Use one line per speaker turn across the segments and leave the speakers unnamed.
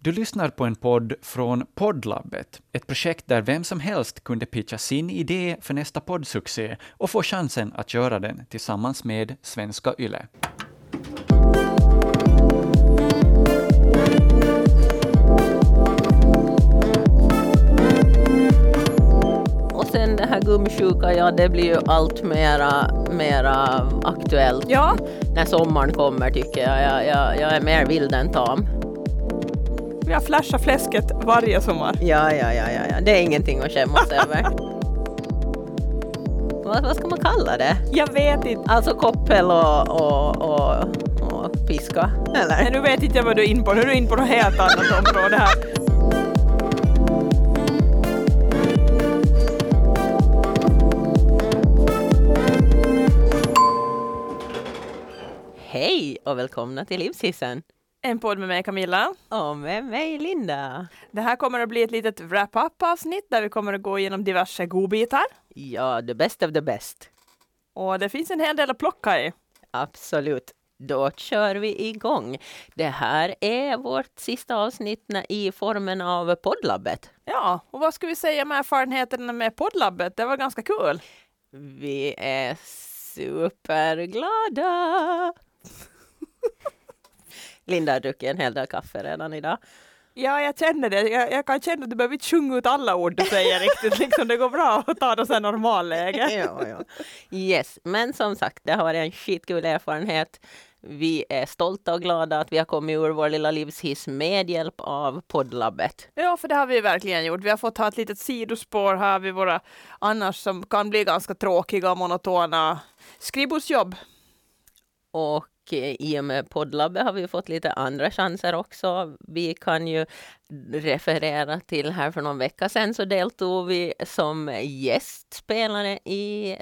Du lyssnar på en podd från Poddlabbet, ett projekt där vem som helst kunde pitcha sin idé för nästa poddsuccé och få chansen att göra den tillsammans med Svenska Yle.
Och sen det här gummisjuka, ja det blir ju allt mera, mera aktuellt
Ja,
när sommaren kommer tycker jag. Jag, jag. jag är mer vild än tam.
vi har flashat fläsket varje sommar.
Ja, ja, ja, ja, ja. det är ingenting att skämmas över. Vad, vad ska man kalla det?
Jag vet inte.
Alltså koppel och, och, och, och piska,
Nej,
eller?
nu vet inte jag vad du är in på. Nu är du in på något helt annat område här.
Hej och välkomna till Livshissen!
En podd med mig Camilla.
Och med mig Linda.
Det här kommer att bli ett litet wrap-up avsnitt där vi kommer att gå igenom diverse godbitar.
Ja, the best of the best.
Och det finns en hel del att plocka i.
Absolut. Då kör vi igång. Det här är vårt sista avsnitt när- i formen av poddlabbet.
Ja, och vad ska vi säga med erfarenheterna med poddlabbet? Det var ganska kul.
Vi är superglada! Linda har druckit en hel del kaffe redan idag.
Ja, jag känner det. Jag, jag kan känna att du behöver inte sjunga ut alla ord du säger riktigt. Liksom, det går bra att ta det så här normalläge.
ja, ja. Yes, men som sagt, det har varit en skitkul erfarenhet. Vi är stolta och glada att vi har kommit ur vår lilla livshiss med hjälp av poddlabbet.
Ja, för det har vi verkligen gjort. Vi har fått ha ett litet sidospår här vid våra annars som kan bli ganska tråkiga och monotona skrivbordsjobb.
Och eh, i och med poddlabbet har vi fått lite andra chanser också. Vi kan ju referera till här för någon vecka sedan så deltog vi som gästspelare i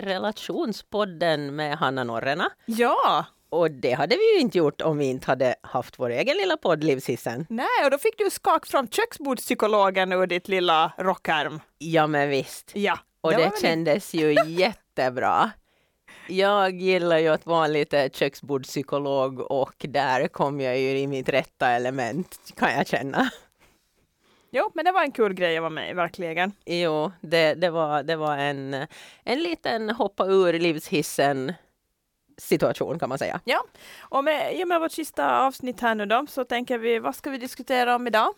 relationspodden med Hanna Norrena.
Ja,
Och det hade vi ju inte gjort om vi inte hade haft vår egen lilla podd Livshissen.
nej, och då fick du skaka fram köksbordspsykologen ur ditt lilla rockärm.
Ja men visst.
Ja,
Och det,
var väl-
kändes ju jättebra. Jag gillar ju att vara lite köksbordspsykolog och där kom jag ju i mitt rätta element kan jag känna.
Jo, men det var en kul grej att vara med i, verkligen.
Jo, det, det var, det var en, en liten hoppa ur livshissen situation kan man säga.
Ja, och med, i och med vårt sista avsnitt här nu då, så tänker vi, vad ska vi diskutera om idag?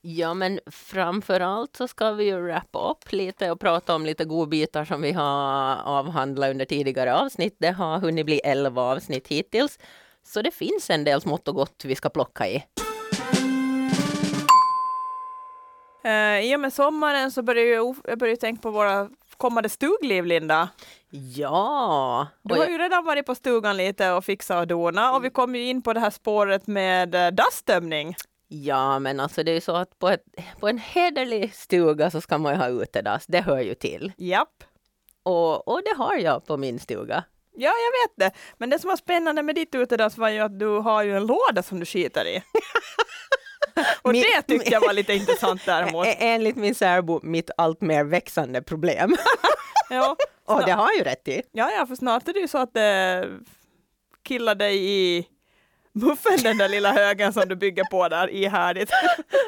Ja, men framför allt så ska vi ju wrappa upp lite och prata om lite godbitar som vi har avhandlat under tidigare avsnitt. Det har hunnit bli elva avsnitt hittills, så det finns en del smått och gott vi ska plocka i.
Uh, I och med sommaren så börjar jag, jag börjar ju tänka på våra kommande stugliv, Linda.
Ja!
Du
Oj,
har ju redan varit på stugan lite och fixa och dona
Mm.
och vi kom ju in på det här spåret med eh, dasstömning.
Ja, men alltså det är ju så att på, ett, på en hederlig stuga så ska man ju ha utedass, det hör ju till.
Japp.
Och, och det har jag på min stuga.
Ja, jag vet det. Men det som var spännande med ditt utedass var ju att du har ju en låda som du skiter i. och
Min-
det tyckte jag var lite intressant däremot.
Ä- Enligt min särbo, mitt allt mer växande problem.
Ja,
och det
snart,
har jag ju rätt i.
ja, ja, för snart är det ju så att det killar dig i muffen, den där lilla högen som du bygger på där ihärdigt.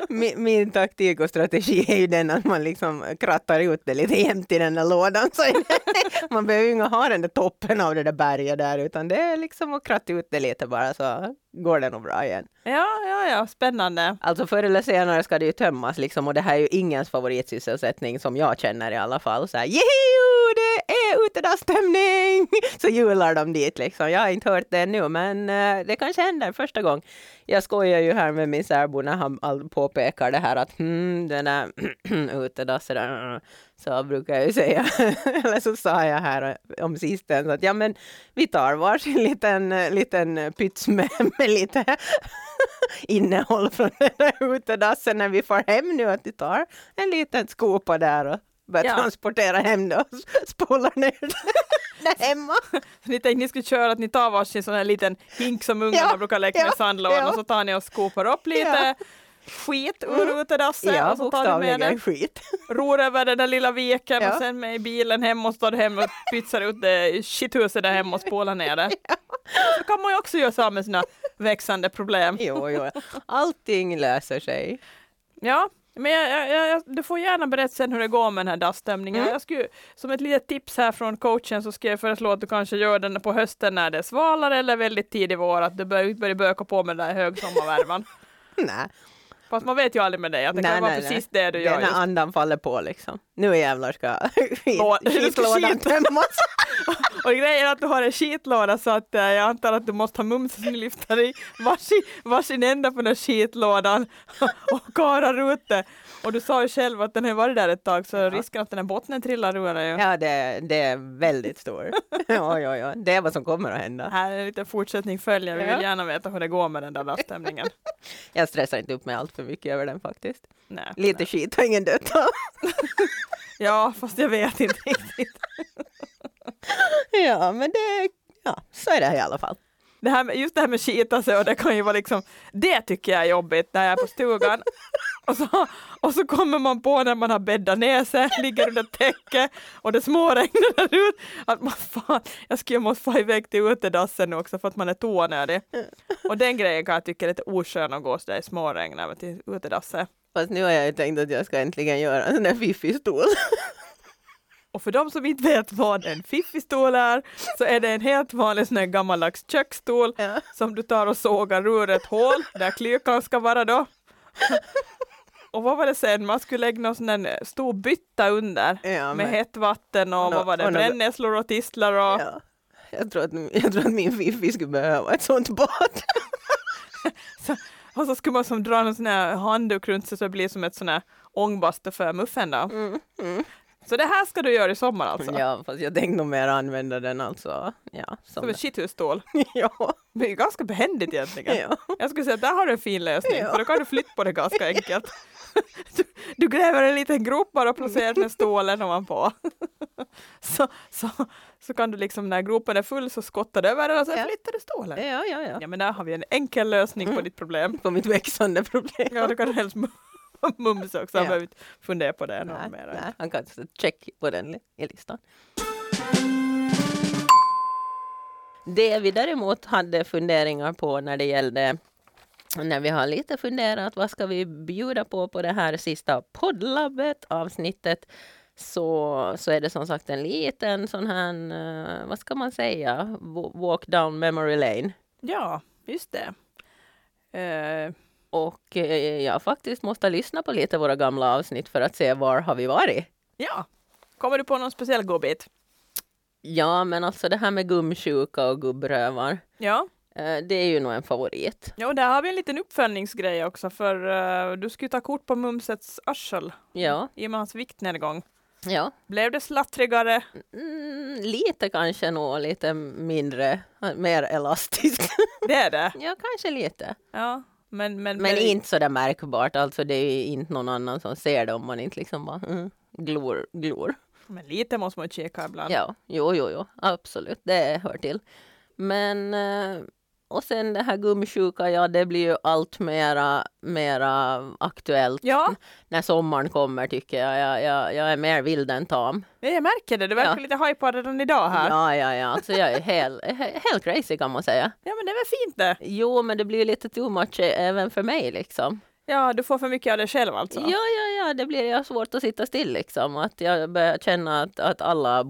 Min, min taktik och strategi är ju den att man liksom krattar ut det lite jämnt i den där lådan. Så är det- man behöver ju inte ha den där toppen av det där berget där, utan det är liksom att kratta ut det lite bara så går det nog bra igen.
Ja, ja, ja, spännande.
Alltså förr eller senare ska det ju tömmas liksom och det här är ju ingens favoritsysselsättning som jag känner i alla fall. Så här, Jehu, det är utedasstömning! Så jular de dit liksom. Jag har inte hört det ännu men eh, det kanske händer första gången. Jag skojar ju här med min särbo när han all- påpekar det här att hmm, den där utedassen där, eh, så brukar jag ju säga. eller så sa jag här om sistens att ja men vi tar varsin liten, eh, liten pyts med, med lite innehåll från den där utedassen när vi får hem nu, att vi tar en liten skopa där och börjar
Ja.
transportera hem det och spolar ner det där hemma.
Ni tänkte ni skulle köra att ni tar varsin sån här liten hink som ungarna
Ja,
brukar leka med
ja,
i sandlådan
ja.
och så tar ni och skopar upp lite skit ur utedassen
Mm. Ja,
och så tar du med
bokstavligen
den,
skit.
ror över den där lilla viken och
Ja.
sen med i bilen hem och så tar du hem och pytsar ut det i skithuset där hemma och spolar ner det. Så kan man ju också göra så här med sina växande problem.
Jo, jo. Allting löser sig.
Ja, men jag, jag, jag- jag, du får gärna berätta sen hur det går med den här dassstämningen.
Mm.
Jag skulle, som ett litet tips här från coachen så ska jag föreslå att du kanske gör den på hösten när det är svalare eller väldigt tidig vår, att du börjar, börjar böka på med den där högsommarvärmen.
Nej,
Fast man vet ju aldrig med dig, att det
Nej,
kan vara
nej,
precis det du gör.
den
just.
här andan faller på liksom. Nu jävlar ska
Lå-
skit-
du ska
skitlådan
skita.
tömmas.
Och grejen är att du har en skitlåda så att eh, jag antar att du måste ha mumsen som lyfter i varsin, varsin ända på den här skitlådan och karar ut det. Och du sa ju själv att den har varit där ett tag så risken att den här bottnen trillar ur den ju.
Ja, det, det är väldigt stor. Ja, ja, ja. Det är vad som kommer att hända.
Här är en liten fortsättning följer. Vi
Ja.
vill gärna veta hur det går med den där laststämningen.
Jag stressar inte upp mig allt för mycket över den faktiskt.
Nej.
Lite skit har ingen dött av.
Ja, fast jag vet inte riktigt.
Ja, men det, ja, så är det i alla fall.
Det här med, just det här med skit alltså, och det kan ju vara liksom, det tycker jag är jobbigt när jag är på stugan. Och så, och så kommer man på när man har bäddat ner sig, ligger under täcket och det småregnar där ut att man fan, jag skulle jag måste få iväg till utedassen nu också för att man är toanödig. Och den grejen kan jag tycka är lite oskön att gå sådär i småregn över till utedassen.
Fast nu har jag ju tänkt att jag ska äntligen göra en sån där fiffig stol.
Och för de som inte vet vad en fiffistol är, så är det en helt vanlig sån här gammaldags köksstol
Ja.
som du tar och sågar ur ett hål där klykan ska vara då. Och vad var det sen, man skulle lägga någon sån där stor bytta under
Ja,
med
men-
hett vatten och
Nå-
vad var det,
och nå-
brännässlor och tistlar och
Ja. Jag, tror att, jag tror att min fiffi skulle behöva ett sånt bad.
Och så skulle man som dra någon sån här handduk runt sig så det blir som ett sån här ångbastu för muffen då. Så det här ska du göra i sommar alltså?
Mm. Ja, fast jag tänkte nog mer använda den alltså. Ja, som
Som en
den-
skithusstol.
ja,
Det är ju ganska behändigt egentligen.
ja.
Jag skulle säga att där har du en fin lösning,
Ja.
för då kan du flytta på det ganska enkelt. Du, du gräver en liten grop bara och placerar den här stålen ovanpå. Så, så, så kan du liksom, när gropen är full så skottar du över den och sen
Ja.
flyttar du stålen.
ja, ja, ja. Mm.
Ja men där har vi en enkel lösning på ditt problem.
På mitt växande problem.
Ja, då kan du helst mum- mumsa också,
Ja.
jag behöver inte fundera på det någon
nej,
mer.
nej, han kan sätta check på den li- i listan. Det vi däremot hade funderingar på när det gällde när vi har lite funderat vad ska vi bjuda på på det här sista poddlabbet avsnittet så, så är det som sagt en liten sån här, eh, vad ska man säga, wa- walk down memory lane.
Ja, just det. Eh,
Och eh, jag faktiskt måste lyssna på lite våra gamla avsnitt för att se var har vi varit.
ja, kommer du på någon speciell godbit?
Ja, men alltså det här med gumsjuka och gubbrövar,
Ja.
eh, det är ju nog en favorit.
Ja, och där har vi en liten uppföljningsgrej också, för eh, du skulle ta kort på Mumsets arsel
Ja,
i och med hans viktnedgång.
ja.
Blev det slattrigare?
Mm, lite kanske nog lite mindre, eh, mer elastiskt.
Det är det.
ja, kanske lite.
Ja, men... Men,
Men inte så där märkbart, alltså det är ju inte någon annan som ser det om man inte liksom bara mm, glor, glor.
men lite måste man ju kika ibland.
Ja, jo, jo, jo, absolut, det hör till. Men, eh, och sen det här gumsjuka, ja det blir ju allt mera, mera aktuellt
Ja,
när sommaren kommer tycker jag. Jag, jag, jag är mer vild än tam.
jag märker det. Du verkar
Ja.
lite hajpad redan idag här. Ja.
Ja, ja, ja, alltså jag är helt, he- helt crazy kan man säga.
men det är väl fint det.
Jo, men det blir ju lite too much eh, även för mig liksom.
Ja, du får för mycket av dig själv alltså.
Ja, ja, ja, det blir ju svårt att sitta still liksom. Att jag börjar känna att, att alla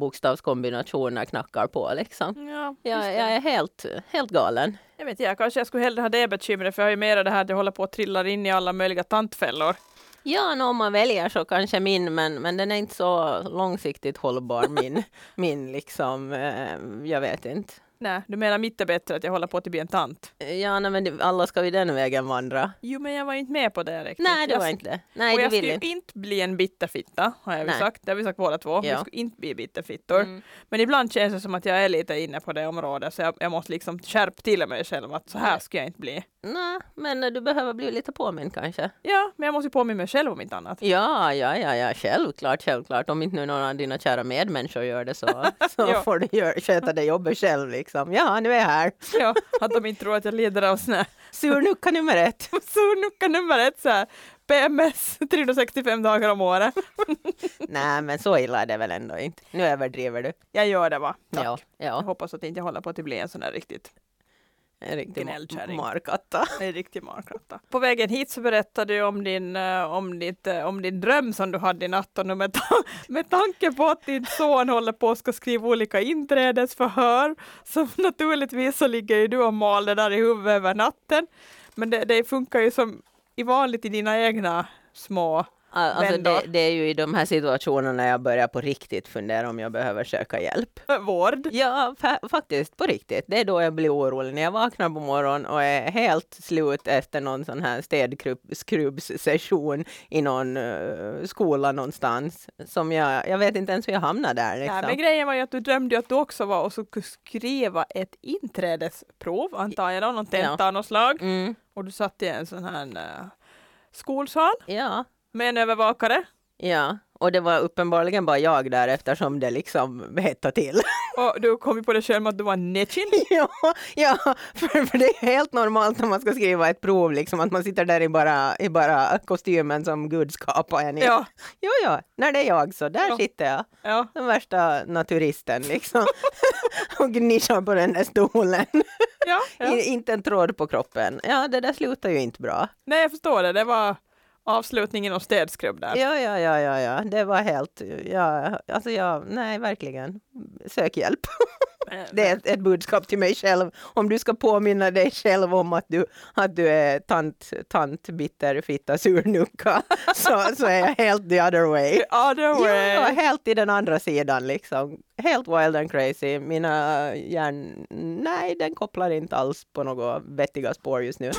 bokstavskombinationer knackar på liksom.
Ja, just
Jag,
det.
jag är helt, helt galen.
Jag vet inte, kanske jag skulle hellre ha det bekymret för jag har ju mera det här att jag håller på att trilla in i alla möjliga tantfällor.
Ja, nå, om man väljer så kanske min, men, men den är inte så långsiktigt hållbar min, min liksom, eh, jag vet inte.
Nej, du menar mitt är bättre att jag håller på att bli en tant?
Ja, nej, men det- alla ska ju den vägen vandra.
Jo, men jag var inte med på det riktigt.
Nej, det
Jag
var inte det. Nej,
och
det
jag
vill
skulle
inte.
inte. bli en bitterfitta, har jag väl
Nej.
sagt. Det har vi sagt båda två.
Ja.
Vi skulle inte bli bitterfittor.
Mm.
Men ibland känns det som att jag är lite inne på det området, så jag, jag måste liksom skärpa till mig själv att så här ska jag inte bli.
Nej, men eh, du behöver bli lite påmind kanske.
Ja, men jag måste ju påminna mig själv om inte annat.
Ja, ja, ja, ja, självklart, självklart. Om inte nu någon av dina kära medmänniskor gör det så, så
Ja.
får du gör, sköta det jobbet själv liksom. Ja, nu är jag här.
Ja, att de inte tror att jag lider av sån här
Surnucka nummer ett.
surnucka nummer ett så här. PMS 365 dagar om året.
Nej, men så illa är det väl ändå inte. Nu överdriver du.
Jag gör det va? Tack.
Ja,
Jag
ja.
hoppas att inte jag håller på att bli en sån där riktigt.
En riktig
Vilken
ma-
eldkärring.
markatta.
En riktig marklatta. På vägen hit så berättade du om din, eh, om, ditt, eh, om din dröm som du hade i natt och nu med, ta- med tanke på att din son håller på och ska skriva olika inträdesförhör så naturligtvis så ligger ju du och mal det där i huvudet över natten. Men det, det funkar ju som i vanligt i dina egna små
Al- Alltså
Vem då?
det, det är ju i de här situationerna jag börjar på riktigt fundera om jag behöver söka hjälp.
eh, vård.
Ja, fa- faktiskt på riktigt. Det är då jag blir orolig när jag vaknar på morgonen och är helt slut efter någon sån här städskrubbssession i någon eh, skola någonstans. Som jag, jag vet inte ens hur jag hamnar där.
Nej,
Liksom.
men grejen var ju att du drömde ju att du också var och så skulle skriva ett inträdesprov, antar jag, då, någon tenta
Ja.
av något slag.
mm,
Och du satt i en sån här eh, skolsal
ja,
med en övervakare.
ja. Och det var uppenbarligen bara jag där eftersom det liksom hettade till.
Och du kom ju på det själv med att du var netchin.
ja, ja för, för det är helt normalt när man ska skriva ett prov, liksom, att man sitter där i bara, i bara kostymen som Gud skapade en i.
Ja,
Jo, ja, när det är jag så, där
Ja.
sitter jag.
ja.
Den värsta naturisten liksom. och gnischar på den där stolen.
ja, ja.
I, inte en tråd på kroppen. Ja, det där slutar ju inte bra.
Nej, jag förstår det. Det var avslutningen och städskrubb där.
Ja, ja, ja, ja, ja. det var helt... Ja, alltså jag, nej, verkligen. Sök hjälp. Det är ett, ett budskap till mig själv. Om du ska påminna dig själv om att du, att du är tant, tant, bitter, fitta, surnucka, så, så är jag helt the other way.
The other way.
Ja, helt i den andra sidan liksom. Helt wild and crazy. Mina hjärn... Nej, den kopplar inte alls på några vettiga spår just nu.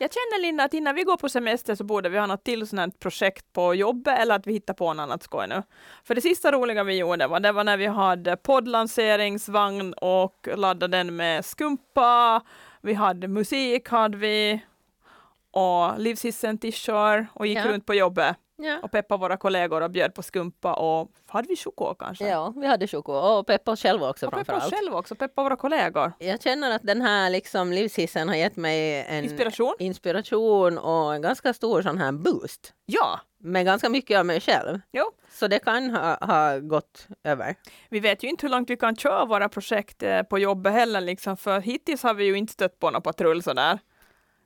Jag känner Linda att innan vi går på semester så borde vi ha något till sånt här projekt på jobbet eller att vi hittar på något annat skoj nu. För det sista roliga vi gjorde var, det var när vi hade poddlanseringsvagn och laddade den med skumpa. Vi hade musik hade vi och livshissen t-shirt och gick
Ja.
runt på jobbet
Ja.
och peppade våra kollegor och bjöd på skumpa och hade vi choklad kanske?
ja, vi hade Choco och Peppa själva också
och peppa oss
framförallt.
själva också, peppa våra kollegor.
Jag känner att den här liksom, livshissen har gett mig en
Inspiration?
inspiration och en ganska stor sån här boost.
Ja,
Med ganska mycket av mig själv.
jo.
Så det kan ha, ha gått över.
Vi vet ju inte hur långt vi kan köra våra projekt eh, på jobbet heller, liksom, för hittills har vi ju inte stött på någon patrull sådär.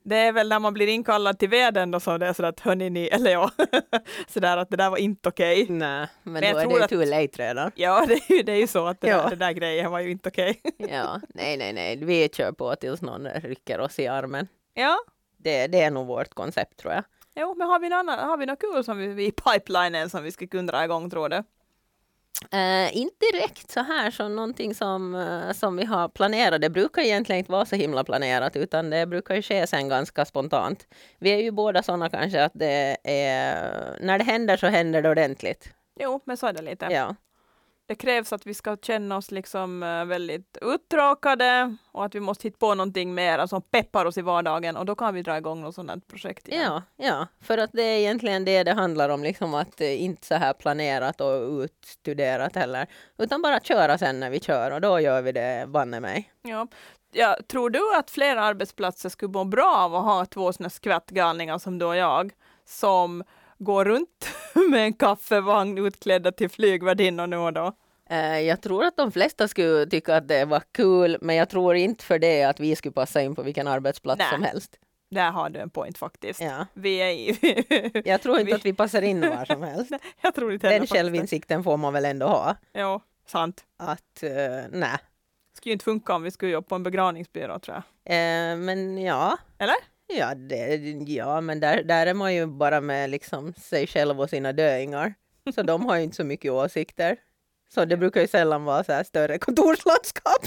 Det är väl när man blir inkallad till veden då som det är sådär att hörni ni, eller ja, sådär att det där var inte okej.
Nej, men,
jag
då är
tror
det ju
att-
too late redan.
Ja, det är, ju, det är ju så att det,
Ja.
där, det där grejen var ju inte okej.
Ja, nej, nej, nej. Vi kör på tills någon rycker oss i armen.
Ja,
Det, det är nog vårt koncept tror jag.
jo, men har vi något, annat, har vi något kul som vi, i pipelinen som vi skulle kunna dra igång tror du?
Eh, inte direkt så här som någonting som, eh, som vi har planerat. Det brukar egentligen inte vara så himla planerat utan det brukar ju ske sen ganska spontant. Vi är ju båda sådana kanske att det är, när det händer så händer det ordentligt.
Jo, men så är det lite.
Ja,
Det krävs att vi ska känna oss liksom eh, väldigt uttråkade och att vi måste hitta på någonting mer som peppar oss i vardagen och då kan vi dra igång något sånt här projekt igen.
ja, ja. för att det är egentligen det det handlar om, liksom att eh, inte så här planerat och utstuderat heller, utan bara köra sen när vi kör och då gör vi det banne mig.
Ja. Ja, tror du att fler arbetsplatser skulle må bra av att ha två såna skvattgalningar som du och jag som går runt med en kaffevagn utklädda till flygvärdinnor nu och då?
Eh, Jag tror att de flesta skulle tycka att det var kul, men jag tror inte för det att vi skulle passa in på vilken arbetsplats
Nej.
som helst.
Där har du en point faktiskt.
Ja.
Vi är i...
Jag tror inte
Vi-
att vi passar in var som helst.
Jag tror inte
Den
heller faktiskt.
självinsikten får man väl ändå ha.
Ja, sant.
Att, eh, nej.
Det skulle ju inte funka om vi skulle jobba på en begravningsbyrå tror jag.
Eh, men ja,
Eller?
ja, det, ja men där, där är man ju bara med liksom sig själv och sina döingar. Så de har ju inte så mycket åsikter. Så det brukar ju sällan vara så här större kontorslandskap.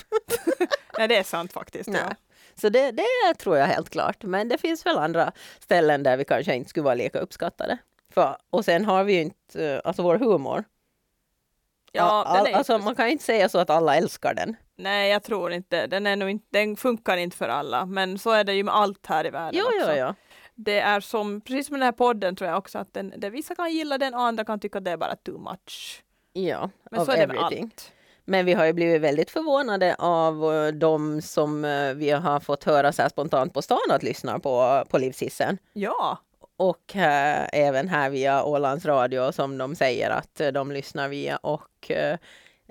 Nej, det är sant faktiskt. Ja.
Nej. Så det, det tror jag helt klart. Men det finns väl andra ställen där vi kanske inte skulle vara lika uppskattade. För, och sen har vi ju inte, eh, alltså vår humor.
Ja,
All-
den är
alltså, man kan ju inte säga så att alla älskar den.
Nej, jag tror inte. Den, är nog inte. den funkar inte för alla, men så är det ju med allt här i världen
Jo,
också.
jo, jo.
Det är som, precis som den här podden tror jag också, att den, det vissa kan gilla den, andra kan tycka att det är bara too much.
Ja,
Men
of
så är det med
everything.
allt.
Men vi har ju blivit väldigt förvånade av eh, de som eh, vi har fått höra så här spontant på stan att lyssna på, på Livshissen.
Ja,
Och eh, även här via Ålands Radio som de säger att eh, de lyssnar via. Och eh,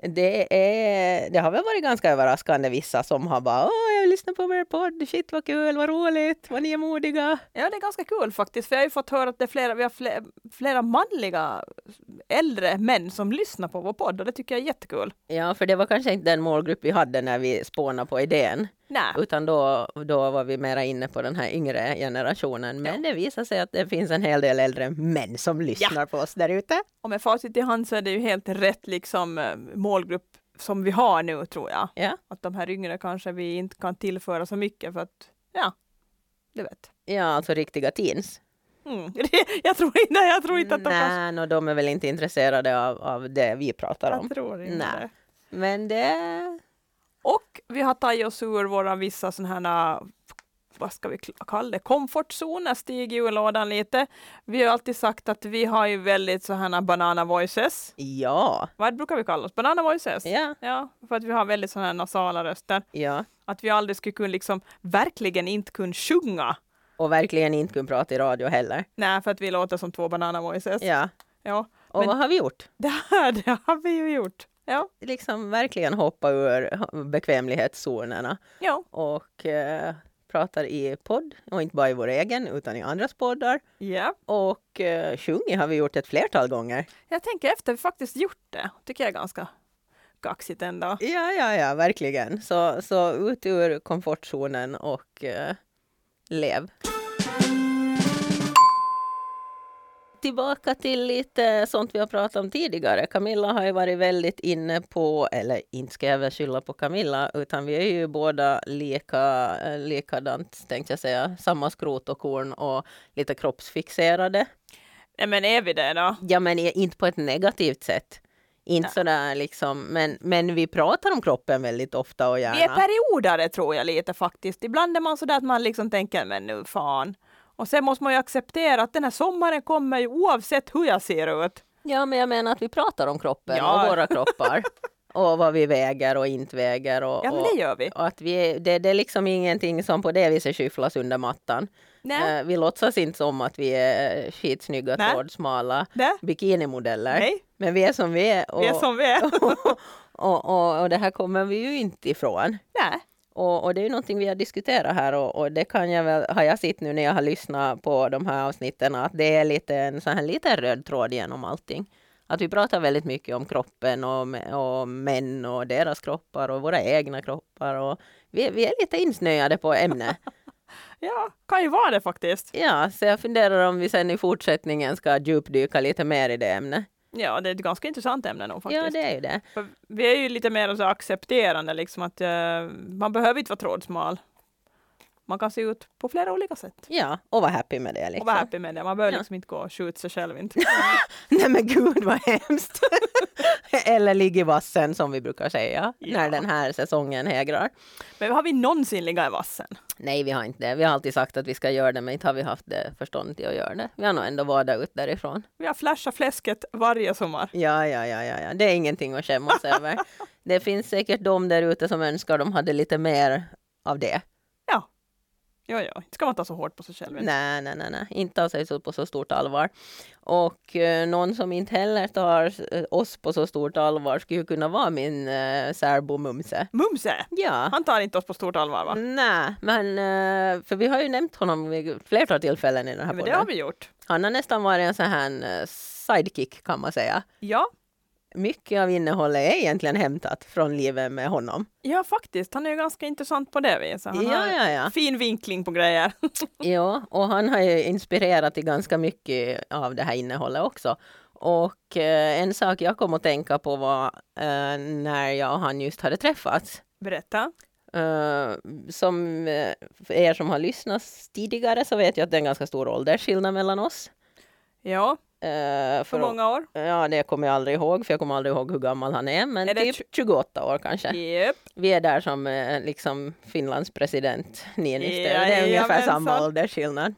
Det, är, det har väl varit ganska överraskande vissa som har bara åh, jag lyssnar på er podd, shit vad kul, vad roligt, vad ni är modiga.
Ja, det är ganska kul faktiskt, för jag har ju fått höra att det är flera, vi har flera, flera manliga äldre män som lyssnar på vår podd och det tycker jag är jättekul.
Ja, för det var kanske inte den målgrupp vi hade när vi spånade på idén,
Nej.
utan då, då var vi mera inne på den här yngre generationen. Men det visar sig att det finns en hel del äldre män som lyssnar på oss där ute.
Och med facit i hand så är det ju helt rätt liksom eh, målgrupp som vi har nu tror jag.
Ja.
Att de här yngre kanske vi inte kan tillföra så mycket för att, ja, du vet.
ja, alltså riktiga teens.
Mm. jag tror inte, jag tror inte att de kanske...
Nej, no, de är väl inte intresserade av, av det vi pratar om.
Jag tror inte
Nej.
det.
Alltså. Men det...
Och vi har tagit oss ur våra vissa sådana här, vad ska vi kla- kalla det, komfortzoner, stig i lådan lite. Vi har alltid sagt att vi har ju väldigt sådana banana voices.
Ja,
Vad brukar vi kalla oss? Banana voices?
ja,
Ja, för att vi har väldigt sådana här nasala röster.
ja.
Att vi aldrig skulle kunna liksom, verkligen inte kunna sjunga.
Och verkligen inte kunna prata i radio heller.
Nej, för att vi låter som två banana voices. Ja.
Ja. Och
Men-
vad har vi gjort?
Det här, det har vi ju gjort. Ja,
Liksom verkligen hoppa ur bekvämlighetszonerna
ja,
och eh, pratar i podd och inte bara i vår egen utan i andras poddar.
ja.
Och eh, sjungit har vi gjort ett flertal gånger.
Jag tänker efter vi faktiskt gjort det, tycker jag är ganska kaxigt ändå.
Ja, ja, ja, verkligen. Så, så ut ur komfortzonen och eh, lev. Tillbaka till lite sånt vi har pratat om tidigare. Camilla har ju varit väldigt inne på, eller inte ska jag väl skylla på Camilla, utan vi är ju båda lika, eh, likadant, tänkte jag säga, samma skrot och korn och lite kroppsfixerade.
Nej, men är vi det då?
Ja, men i- inte på ett negativt sätt. Inte
Nej.
sådär liksom, men, men vi pratar om kroppen väldigt ofta och gärna.
Vi är periodare tror jag lite faktiskt. Ibland är man sådär att man liksom tänker, men nu fan. Och sen måste man ju acceptera att den här sommaren kommer ju oavsett hur jag ser ut.
Ja, men jag menar att vi pratar om kroppen
Ja.
och våra kroppar. och vad vi väger och inte väger. Och,
Ja, men
och,
det gör vi.
och att vi är, det, det är liksom ingenting som på det viset skyfflas under mattan.
Nej,
Eh, Vi låtsas inte som att vi är skitsnygga,
Nej.
trådsmala
det,
bikinimodeller.
nej,
Men vi är som vi är. Och,
vi är som vi är.
och, och, och, och det här kommer vi ju inte ifrån.
Nej.
Och, och det är ju någonting vi har diskuterat här och, och det kan jag väl, har jag sett nu när jag har lyssnat på de här avsnitten, att det är lite en sån här liten röd tråd genom allting. Att vi pratar väldigt mycket om kroppen och, om- och om män och deras kroppar och våra egna kroppar och vi, vi är lite insnöade på ämnet.
Ja, kan ju vara det faktiskt.
Ja, så jag funderar om vi sen i fortsättningen ska djupdyka lite mer i det ämnet.
Ja, det är ett ganska intressant ämne nog faktiskt.
Ja, det är ju det.
För vi är ju lite mer så accepterande, liksom att eh, man behöver inte vara trådsmal. Man kan se ut på flera olika sätt
Ja, och var happy med det
och vara
liksom.
happy med det. Man behöver
Ja.
liksom inte gå och skjuta sig själv inte.
Nej men gud vad hemskt! Eller ligg i vassen som vi brukar säga
Ja.
när den här säsongen hägrar.
Men har vi någonsin legat i vassen?
Nej, vi har inte det. Vi har alltid sagt att vi ska göra det, men inte har vi haft det förstånd till att göra det. Vi har nog ändå varit ut därifrån.
Vi har flashat fläsket varje sommar.
Ja, ja, ja, ja, ja, det är ingenting att skämmas över. Det finns säkert de där ute som önskar de hade lite mer av det.
Jo, jo, inte ska man ta så hårt på sig själv. inte.
Nej, nej, nej, nej, inte ta sig så på så stort allvar. Och eh, någon som inte heller tar eh, oss på så stort allvar skulle ju kunna vara min eh, särbo Mumse.
Mumse!
Ja.
Han tar inte oss på stort allvar va?
Nej, men eh, för vi har ju nämnt honom vid flertal tillfällen i den här
Men det
podden.
har vi gjort.
Han har nästan varit en sån här eh, sidekick kan man säga.
Ja,
Mycket av innehållet är egentligen hämtat från livet med honom.
ja faktiskt. Han är ju ganska intressant på det viset. Han
Ja,
har
ja, ja.
fin vinkling på grejer.
Ja, och han har ju inspirerat till ganska mycket av det här innehållet också. Och eh, en sak jag kom att tänka på var eh, när jag och han just hade träffats.
Berätta.
Eh, som eh, för er som har lyssnat tidigare så vet jag att det är en ganska stor åldersskillnad mellan oss.
Ja,
Eh,
för
för
många år.
Ja, det kommer jag aldrig ihåg, för jag kommer aldrig ihåg hur gammal han är, men
Är det
typ 28 år kanske.
Japp.
Vi är där som eh, liksom Finlands president Niinistö, det
Ja,
är ungefär
jajamensan.
samma åldersskillnad.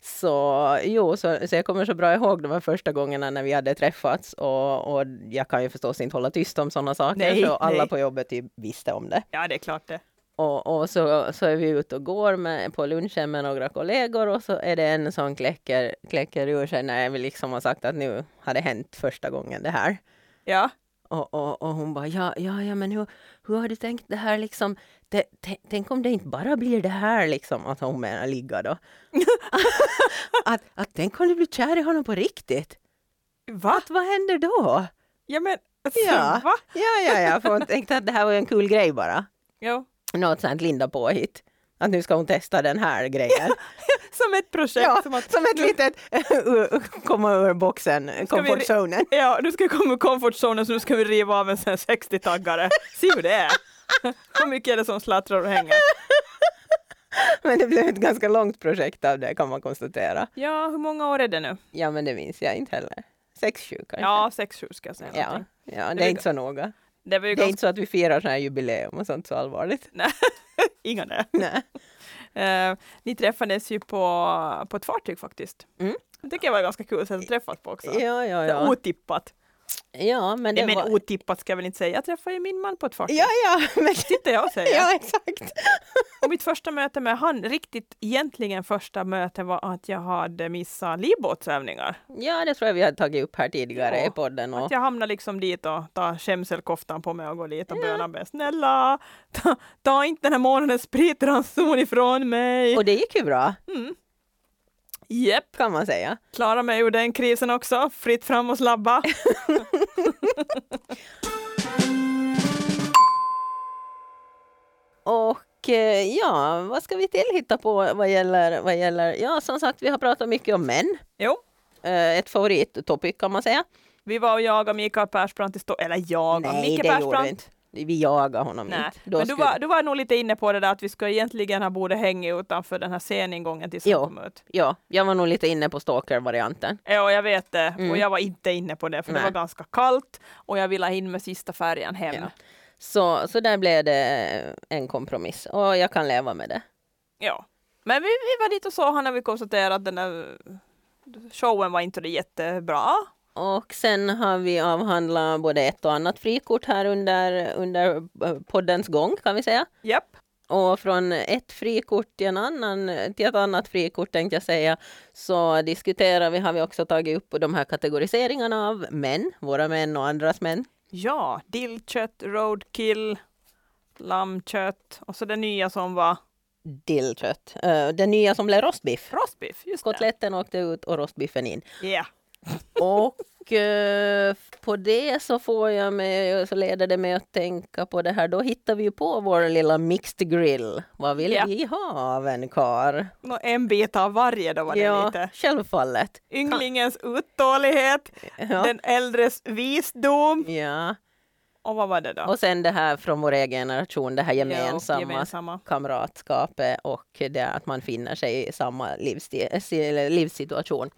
Så jo, så, så jag kommer så bra ihåg de här första gångerna när vi hade träffats och, och jag kan ju förstås inte hålla tyst om sådana saker,
Nej,
så alla
nej.
på jobbet typ visste om det.
Ja, det är klart det.
Och, och så, så är vi ute och går med, på lunchen med några kollegor och så är det en som kläcker, kläcker ur sig när vi liksom har sagt att nu har det hänt första gången det här.
Ja,
Och, och, och hon bara, ja, ja, ja, men hur, hur har du tänkt det här liksom? Te- te- Tänk om det inte bara blir det här liksom, att hon menar ligga då. att, att tänk om du blir kär i honom på riktigt?
Va?
Att, vad händer då?
Ja men, alltså,
Ja.
va?
Ja, ja, ja, för hon tänkte att det här var en kul grej bara.
Jo.
Något sånt Linda påhitt. Att nu ska hon testa den här grejen.
Som ett projekt.
Ja,
som att,
som ett
nu-
litet ur- komma ur boxen,
vi-
komfortzonen.
Ja, nu ska vi komma ur comfort zonen så nu ska vi riva av en sån här 60-taggare. Se hur det är. Hur mycket är det som slattrar och hänger?
Men det blev ett ganska långt projekt av det kan man konstatera.
Ja, hur många år är det nu?
Ja, men det minns jag inte heller. Sex, sju kanske.
Ja, sex, sju ska jag säga.
ja,
någonting.
ja det
Det
är
är
inte så noga.
Det var ju
Det är
ganska...
inte så att vi firar sådana här jubileum och sånt så allvarligt.
Nej, inga nej.
Nej.
Eh, ni träffades ju på, på ett fartyg faktiskt.
Mm.
Det tycker jag var ganska kul sätt att träffas på också.
Ja, ja,
Så
ja.
Otippat.
Ja, men det
Nej, men
var...
otippat ska jag väl inte säga. Jag träffade ju min man på ett fartyg.
Ja, ja, men...
Sitter jag och säger.
ja, exakt.
Och mitt första möte med han, riktigt egentligen första möte var att jag hade missat livbåtsövningar.
Ja, det tror jag vi hade tagit upp här tidigare
Ja,
i podden. Och...
Att jag hamnade liksom dit och tar skämselkoftan på mig och går dit och bönar med snälla, ta, ta inte den här månadens spritranson ifrån mig.
och det gick ju bra,
Japp,
kan man säga.
klara mig ur den krisen också. Fritt fram och slabba.
Och eh, ja, vad ska vi till hitta på vad gäller, vad gäller... Ja, som sagt, vi har pratat mycket om män.
Jo,
Eh, Ett favorittopic kan man säga.
vi var och jag och Mikael Persbrandt i Sto- eller jag och
Nej,
Micke
det gjorde vi
Persbrandt.
inte. Vi jagade honom
Nej,
inte. Då
men du
skulle-
var, du var nog lite inne på det där att vi skulle egentligen ha borde hänga utanför den här sceningången tills han
Jo.
kom ut.
Ja, jag var nog lite inne på stalker-varianten.
Ja, Eh, jag vet det.
Mm.
Och jag var inte inne på det, för
Nej.
det var ganska kallt och jag ville ha in med sista färjan hem.
Ja. Så, så där blev det en kompromiss och jag kan leva med det.
Ja. Men vi, vi var dit och såg honom och vi konstaterade att den där showen var inte jättebra.
Och sen har vi avhandlat både ett och annat frikort här under, under eh, poddens gång kan vi säga.
Japp.
Och från ett frikort till, en annan, till ett annat frikort tänkte jag säga, så diskuterar vi, har vi också tagit upp de här kategoriseringarna av män, våra män och andras män.
Ja, dillkött, roadkill, lammkött och så det nya som var
Dillkött. Eh, Det nya som blev rostbiff.
rostbiff. Just
Kotletten åkte ut och rostbiffen in.
det. Ja.
Och eh, på det så får jag med, så leder det mig att tänka på det här. Då hittar vi ju på vår lilla mixed grill. Vad vill
Ja.
vi ha av en kar?
Nå, En bit av varje då var det
Ja,
lite.
självfallet.
Ynglingens uthållighet,
Ja.
den äldres visdom
ja,
och vad var det då?
och sen det här från vår egen generation, det här gemensamma,
Ja, gemensamma.
kamratskapet och det att man finner sig i samma livsti- eller livssituation.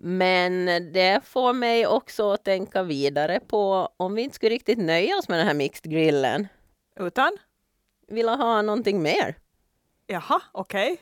Men det får mig också att tänka vidare på om vi inte skulle riktigt nöja oss med den här mixed grillen.
Utan?
vilja ha någonting mer.
Jaha, okej.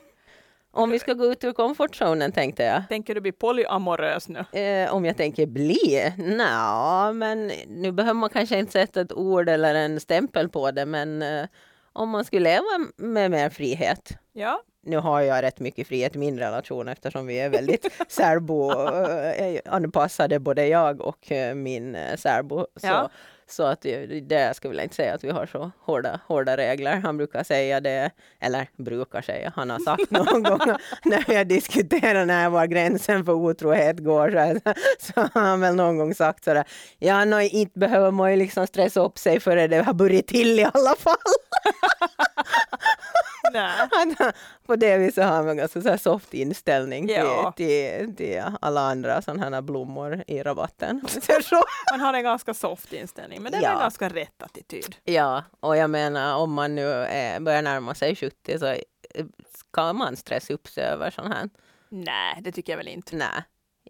Om vi ska gå ut ur komfortzonen tänkte jag.
Tänker du bli polyamorös nu?
Eh, om jag tänker bli? Nja, men nu behöver man kanske inte sätta ett ord eller en stämpel på det, men eh, om man skulle leva med mer frihet.
Ja.
Nu har jag rätt mycket frihet i min relation eftersom vi är väldigt särbo-anpassade, både jag och eh, min eh, särbo. Så,
Ja.
så att eh, det skulle jag väl inte säga att vi har så hårda, hårda regler. Han brukar säga det, eller brukar säga, han har sagt någon gång när jag diskuterar när var gränsen för otrohet går så, här, så har han väl någon gång sagt sådär, ja, nå, inte behöver man ju liksom stressa upp sig före det har börjat till i alla fall.
Nej.
Han, på det viset har han en ganska så här soft inställning
Ja.
till, till, till alla andra sådana här blommor i rabatten. Så-
Man har en ganska soft inställning, men det är
Ja.
en ganska rätt attityd.
ja, och jag menar om man nu eh, börjar närma sig 70 så eh, ska man stressa upp sig över sånt här.
Nej, det tycker jag väl inte.
Nej,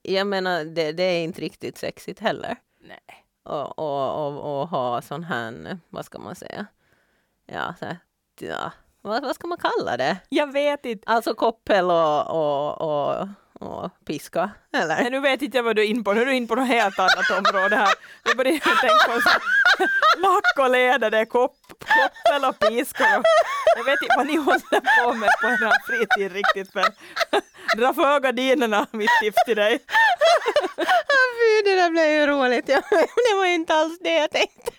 jag menar det, det är inte riktigt sexigt heller.
Nej.
Och, och, och, och ha sån här, vad ska man säga? Ja, så här, ja. Vad, vad ska man kalla det?
Jag vet inte.
Alltså koppel och, och, och, och piska, eller?
Nej, nu vet inte jag vad du är in på. Nu är du in på något helt annat område här. Jag börjar tänka på så här, lack och leder, det är kopp, koppel och piskor. och- Jag vet inte vad ni håller på med på er fritid riktigt, men dra för gardinerna, mitt tips till dig.
Ah, Fy, det där blev ju roligt. Ja, det var ju inte alls det jag tänkte.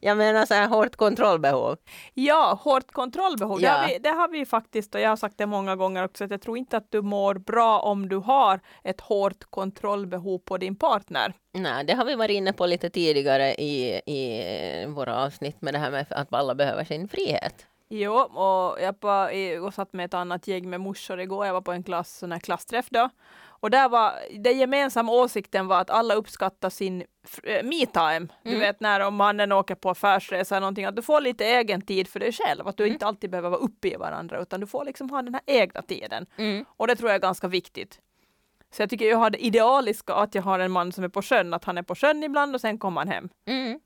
Jag menar så här hårt kontrollbehov.
Ja, hårt kontrollbehov. Det,
Ja.
har vi, det har vi faktiskt och jag har sagt det många gånger också att jag tror inte att du mår bra om du har ett hårt kontrollbehov på din partner.
Nej, det har vi varit inne på lite tidigare i, i våra avsnitt med det här med att alla behöver sin frihet.
Jo, och jag, på, jag satt med ett annat gäng med morsor igår. Jag var på en klass, sån här klassträff då. Och där var, den gemensamma åsikten var att alla uppskattar sin fr- eh, me-time. Du
Mm.
vet när om mannen åker på affärsresa eller någonting, att du får lite egen tid för dig själv. Att du inte alltid behöver vara uppe i varandra, utan du får liksom ha den här egna tiden. Och det tror jag är ganska viktigt. Så jag tycker jag har det idealiska att jag har en man som är på sjön, att han är på sjön ibland och sen kommer han hem.
Mm.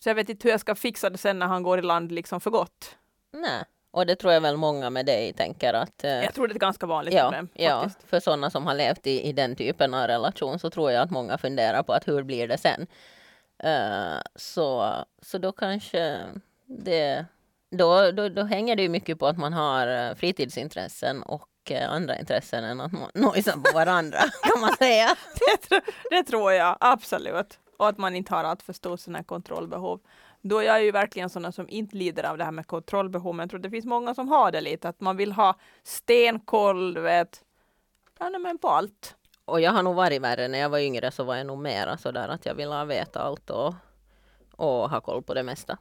Så jag vet inte hur jag ska fixa det sen när han går i land liksom för gott.
Nej, och det tror jag väl många med dig tänker att eh,
Jag tror det är ett ganska vanligt
Ja,
problem.
ja,
Faktiskt.
för sådana som har levt i, i den typen av relation så tror jag att många funderar på att hur blir det sen? Eh, så, så då kanske det... Då, då, då hänger det ju mycket på att man har eh, fritidsintressen och eh, andra intressen än att man nojsar på varandra, kan man säga.
Det, tro, det tror jag, absolut. Och att man inte har allt för stort sådana här kontrollbehov. Då jag är ju verkligen sådana som inte lider av det här med kontrollbehov, men jag tror det finns många som har det lite, att man vill ha stenkoll, du vet. Ja, nej, men på allt.
Och jag har nog varit värre. När jag var yngre så var jag nog mera sådär att jag ville veta allt och, och ha koll på det mesta.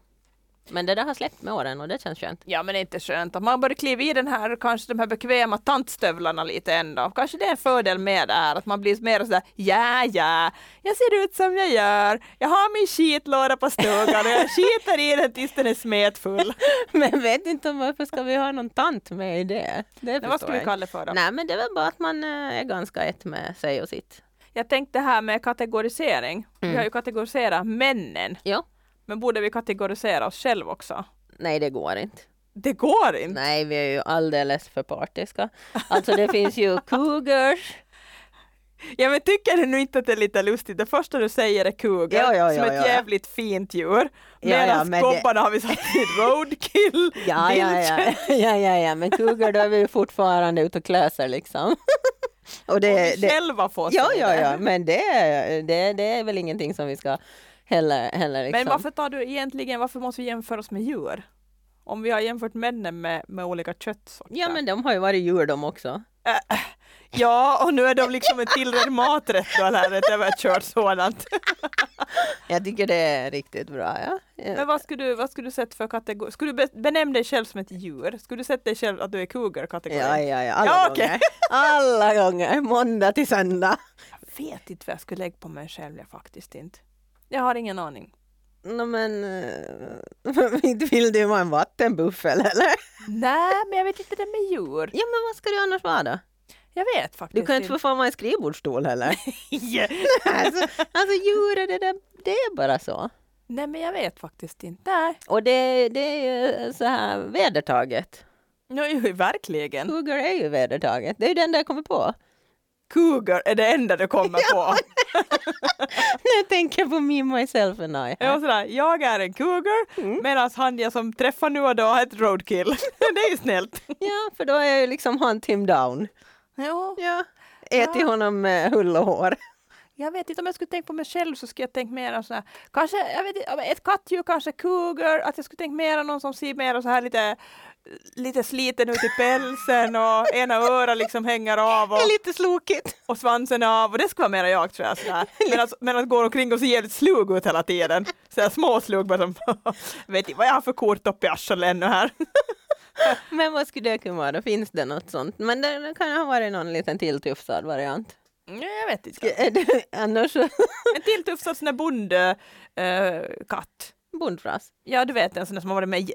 Men det där har släppt med åren och det känns skönt.
Ja, men det är inte skönt att man börjar kliva i den här, kanske de här bekväma tantstövlarna lite ändå. Kanske det är en fördel med det här, att man blir mer sådär, ja, ja, jag ser ut som jag gör, jag har min skitlåda på stugan och jag skiter i den tills den är smetfull.
Men vet inte om varför ska vi ha någon tant med i det? Det
Men vad ska vi
jag
kalla det för
inte.
då?
Nej men det är väl bara att man eh, är ganska ett med sig och sitt.
Jag tänkte här med kategorisering. Vi
Mm.
har ju kategoriserat männen,
Ja.
men borde vi kategorisera oss själva också?
Nej det går inte.
Det går inte!
Nej vi är ju alldeles för partiska. Alltså det finns ju cougars.
Ja men tycker du nu inte att det är lite lustigt? Det första du säger är cougar,
Ja, ja,
som
ja,
ett
ja.
jävligt fint djur.
ja,
Medan
men det-
kobbarna har vi satt i roadkill,
Ja ja ja.
viltkött.
ja ja ja men cougar då är vi ju fortfarande ute och klöser liksom. och det,
Vi
det,
själva får
ja
säga
ja
det.
ja men det, är- det, det är väl ingenting som vi ska heller, heller liksom.
Men varför tar du egentligen, varför måste vi jämföra oss med djur? Om vi har jämfört männen med, med olika köttsorter.
Ja men de har ju varit djur de också.
ja, och nu är de liksom en tillredd maträtt då här, att jag har kört sådant.
Jag tycker det är riktigt bra ja. ja.
Men vad skulle du, vad skulle du sätta för kategori? Skulle du be- benämna dig själv som ett djur? Skulle du sätta dig själv att du är cougar-kategorin?
Ja, ja, ja. Alla
Ja, okej.
gånger. Alla gånger. Måndag till söndag.
Jag vet inte vad jag skulle lägga på mig själv, jag faktiskt inte. Jag har ingen aning.
Nå men, eh, inte vill du vara en vattenbuffel eller?
Nej, men jag vet inte det med djur.
Ja men vad ska du annars vara då?
Jag vet faktiskt
Du kan inte för fan vara en skrivbordsstol heller.
inte.
alltså, alltså djur är det där, det är bara så.
Nej, men jag vet faktiskt inte. Nej,
Och det, det är ju så här vedertaget.
no, ju, verkligen.
Cougar är ju vedertaget. Det är ju den där jag kommer på.
Cougar är det enda du kommer på.
När jag tänker på me, myself and I.
Jag, var sådär, jag är en cougar, medan han jag som träffar nu och då är ett roadkill. det är ju snällt.
Ja, för då är jag ju liksom hunt him down.
Ja,
Ja. Äter
Ja.
honom med hull och hår.
Jag vet inte om jag skulle tänka på mig själv så skulle jag tänka mer så här, kanske, jag vet inte, ja, men ett kattdjur, kanske cougar, att jag skulle tänka mer någon som ser mer så här lite, lite sliten ut i pälsen och ena örat liksom hänger av och,
Det är lite slokigt.
och svansen är av och det skulle vara mera jag tror jag sådär. Medan, medan går omkring och ser jävligt slug ut hela tiden. Sådär småslug bara som, vet inte vad jag har för kort upp i arslet ännu här.
Men vad skulle det kunna vara då? Finns det något sånt? Men det, det kan ha varit någon liten tilltufsad variant.
Nej, jag vet inte.
Är det, annars så-
En till tufsad sån där bondekatt. Eh, katt.
bondfras.
Ja, du vet en sån där som har varit med,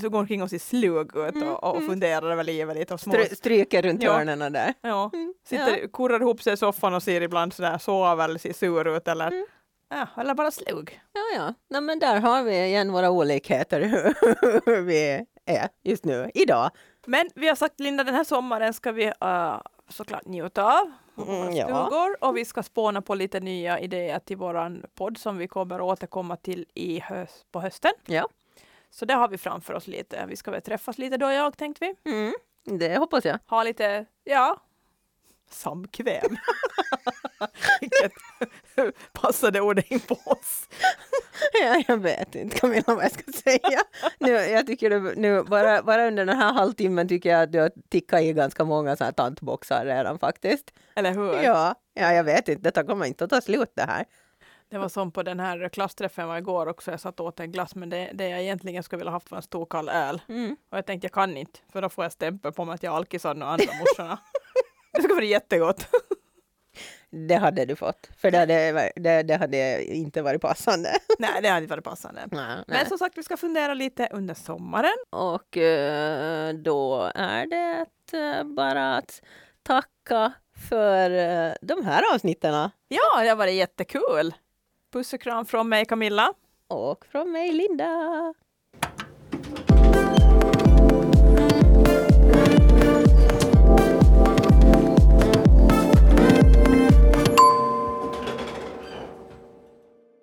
som går omkring och ser slug ut
Mm,
och, och funderar över livet lite och små.
Stry, stryker runt
Ja.
hörnen där.
Ja,
Mm,
sitter, kurrar ihop sig i soffan och ser ibland sådär, sover eller ser sur ut eller,
Mm.
ja, eller bara slug.
Ja, ja. Nej, men där har vi igen våra olikheter hur vi är just nu, idag.
Men vi har sagt Linda, den här sommaren ska vi eh, såklart njuta av våra
Mm, ja.
stugor och vi ska spåna på lite nya idéer till våran podd som vi kommer återkomma till i höst, på hösten.
Ja.
Så det har vi framför oss lite. Vi ska väl träffas lite då jag tänkte vi.
Mm. Det hoppas jag.
Ha lite, ja, samkväm. Vilket passade ordet in på oss.
Ja, jag vet inte Camilla vad jag ska säga. Nu, jag tycker du, nu, bara, bara under den här halvtimmen tycker jag att du har tickat i ganska många såna här tantboxar redan faktiskt.
Eller hur?
Ja, ja, jag vet inte. Detta kommer inte att ta slut det här.
Det var som på den här klassträffen var igår också. Jag satt och åt en glass, men det, det jag egentligen skulle vilja haft var en stor kall öl.
Mm.
Och jag tänkte jag kan inte, för då får jag stämpel på mig att jag är alkisson och andra morsorna. det skulle vara jättegott.
Det hade du fått, för det hade, det, det hade inte varit passande.
nej, det hade inte varit passande.
Nej, nej.
Men som sagt, vi ska fundera lite under sommaren.
Och eh, då är det eh, bara att tacka för eh, de här avsnitten.
Ja, det har varit jättekul. Puss och kram från mig Camilla.
Och från mig, Linda.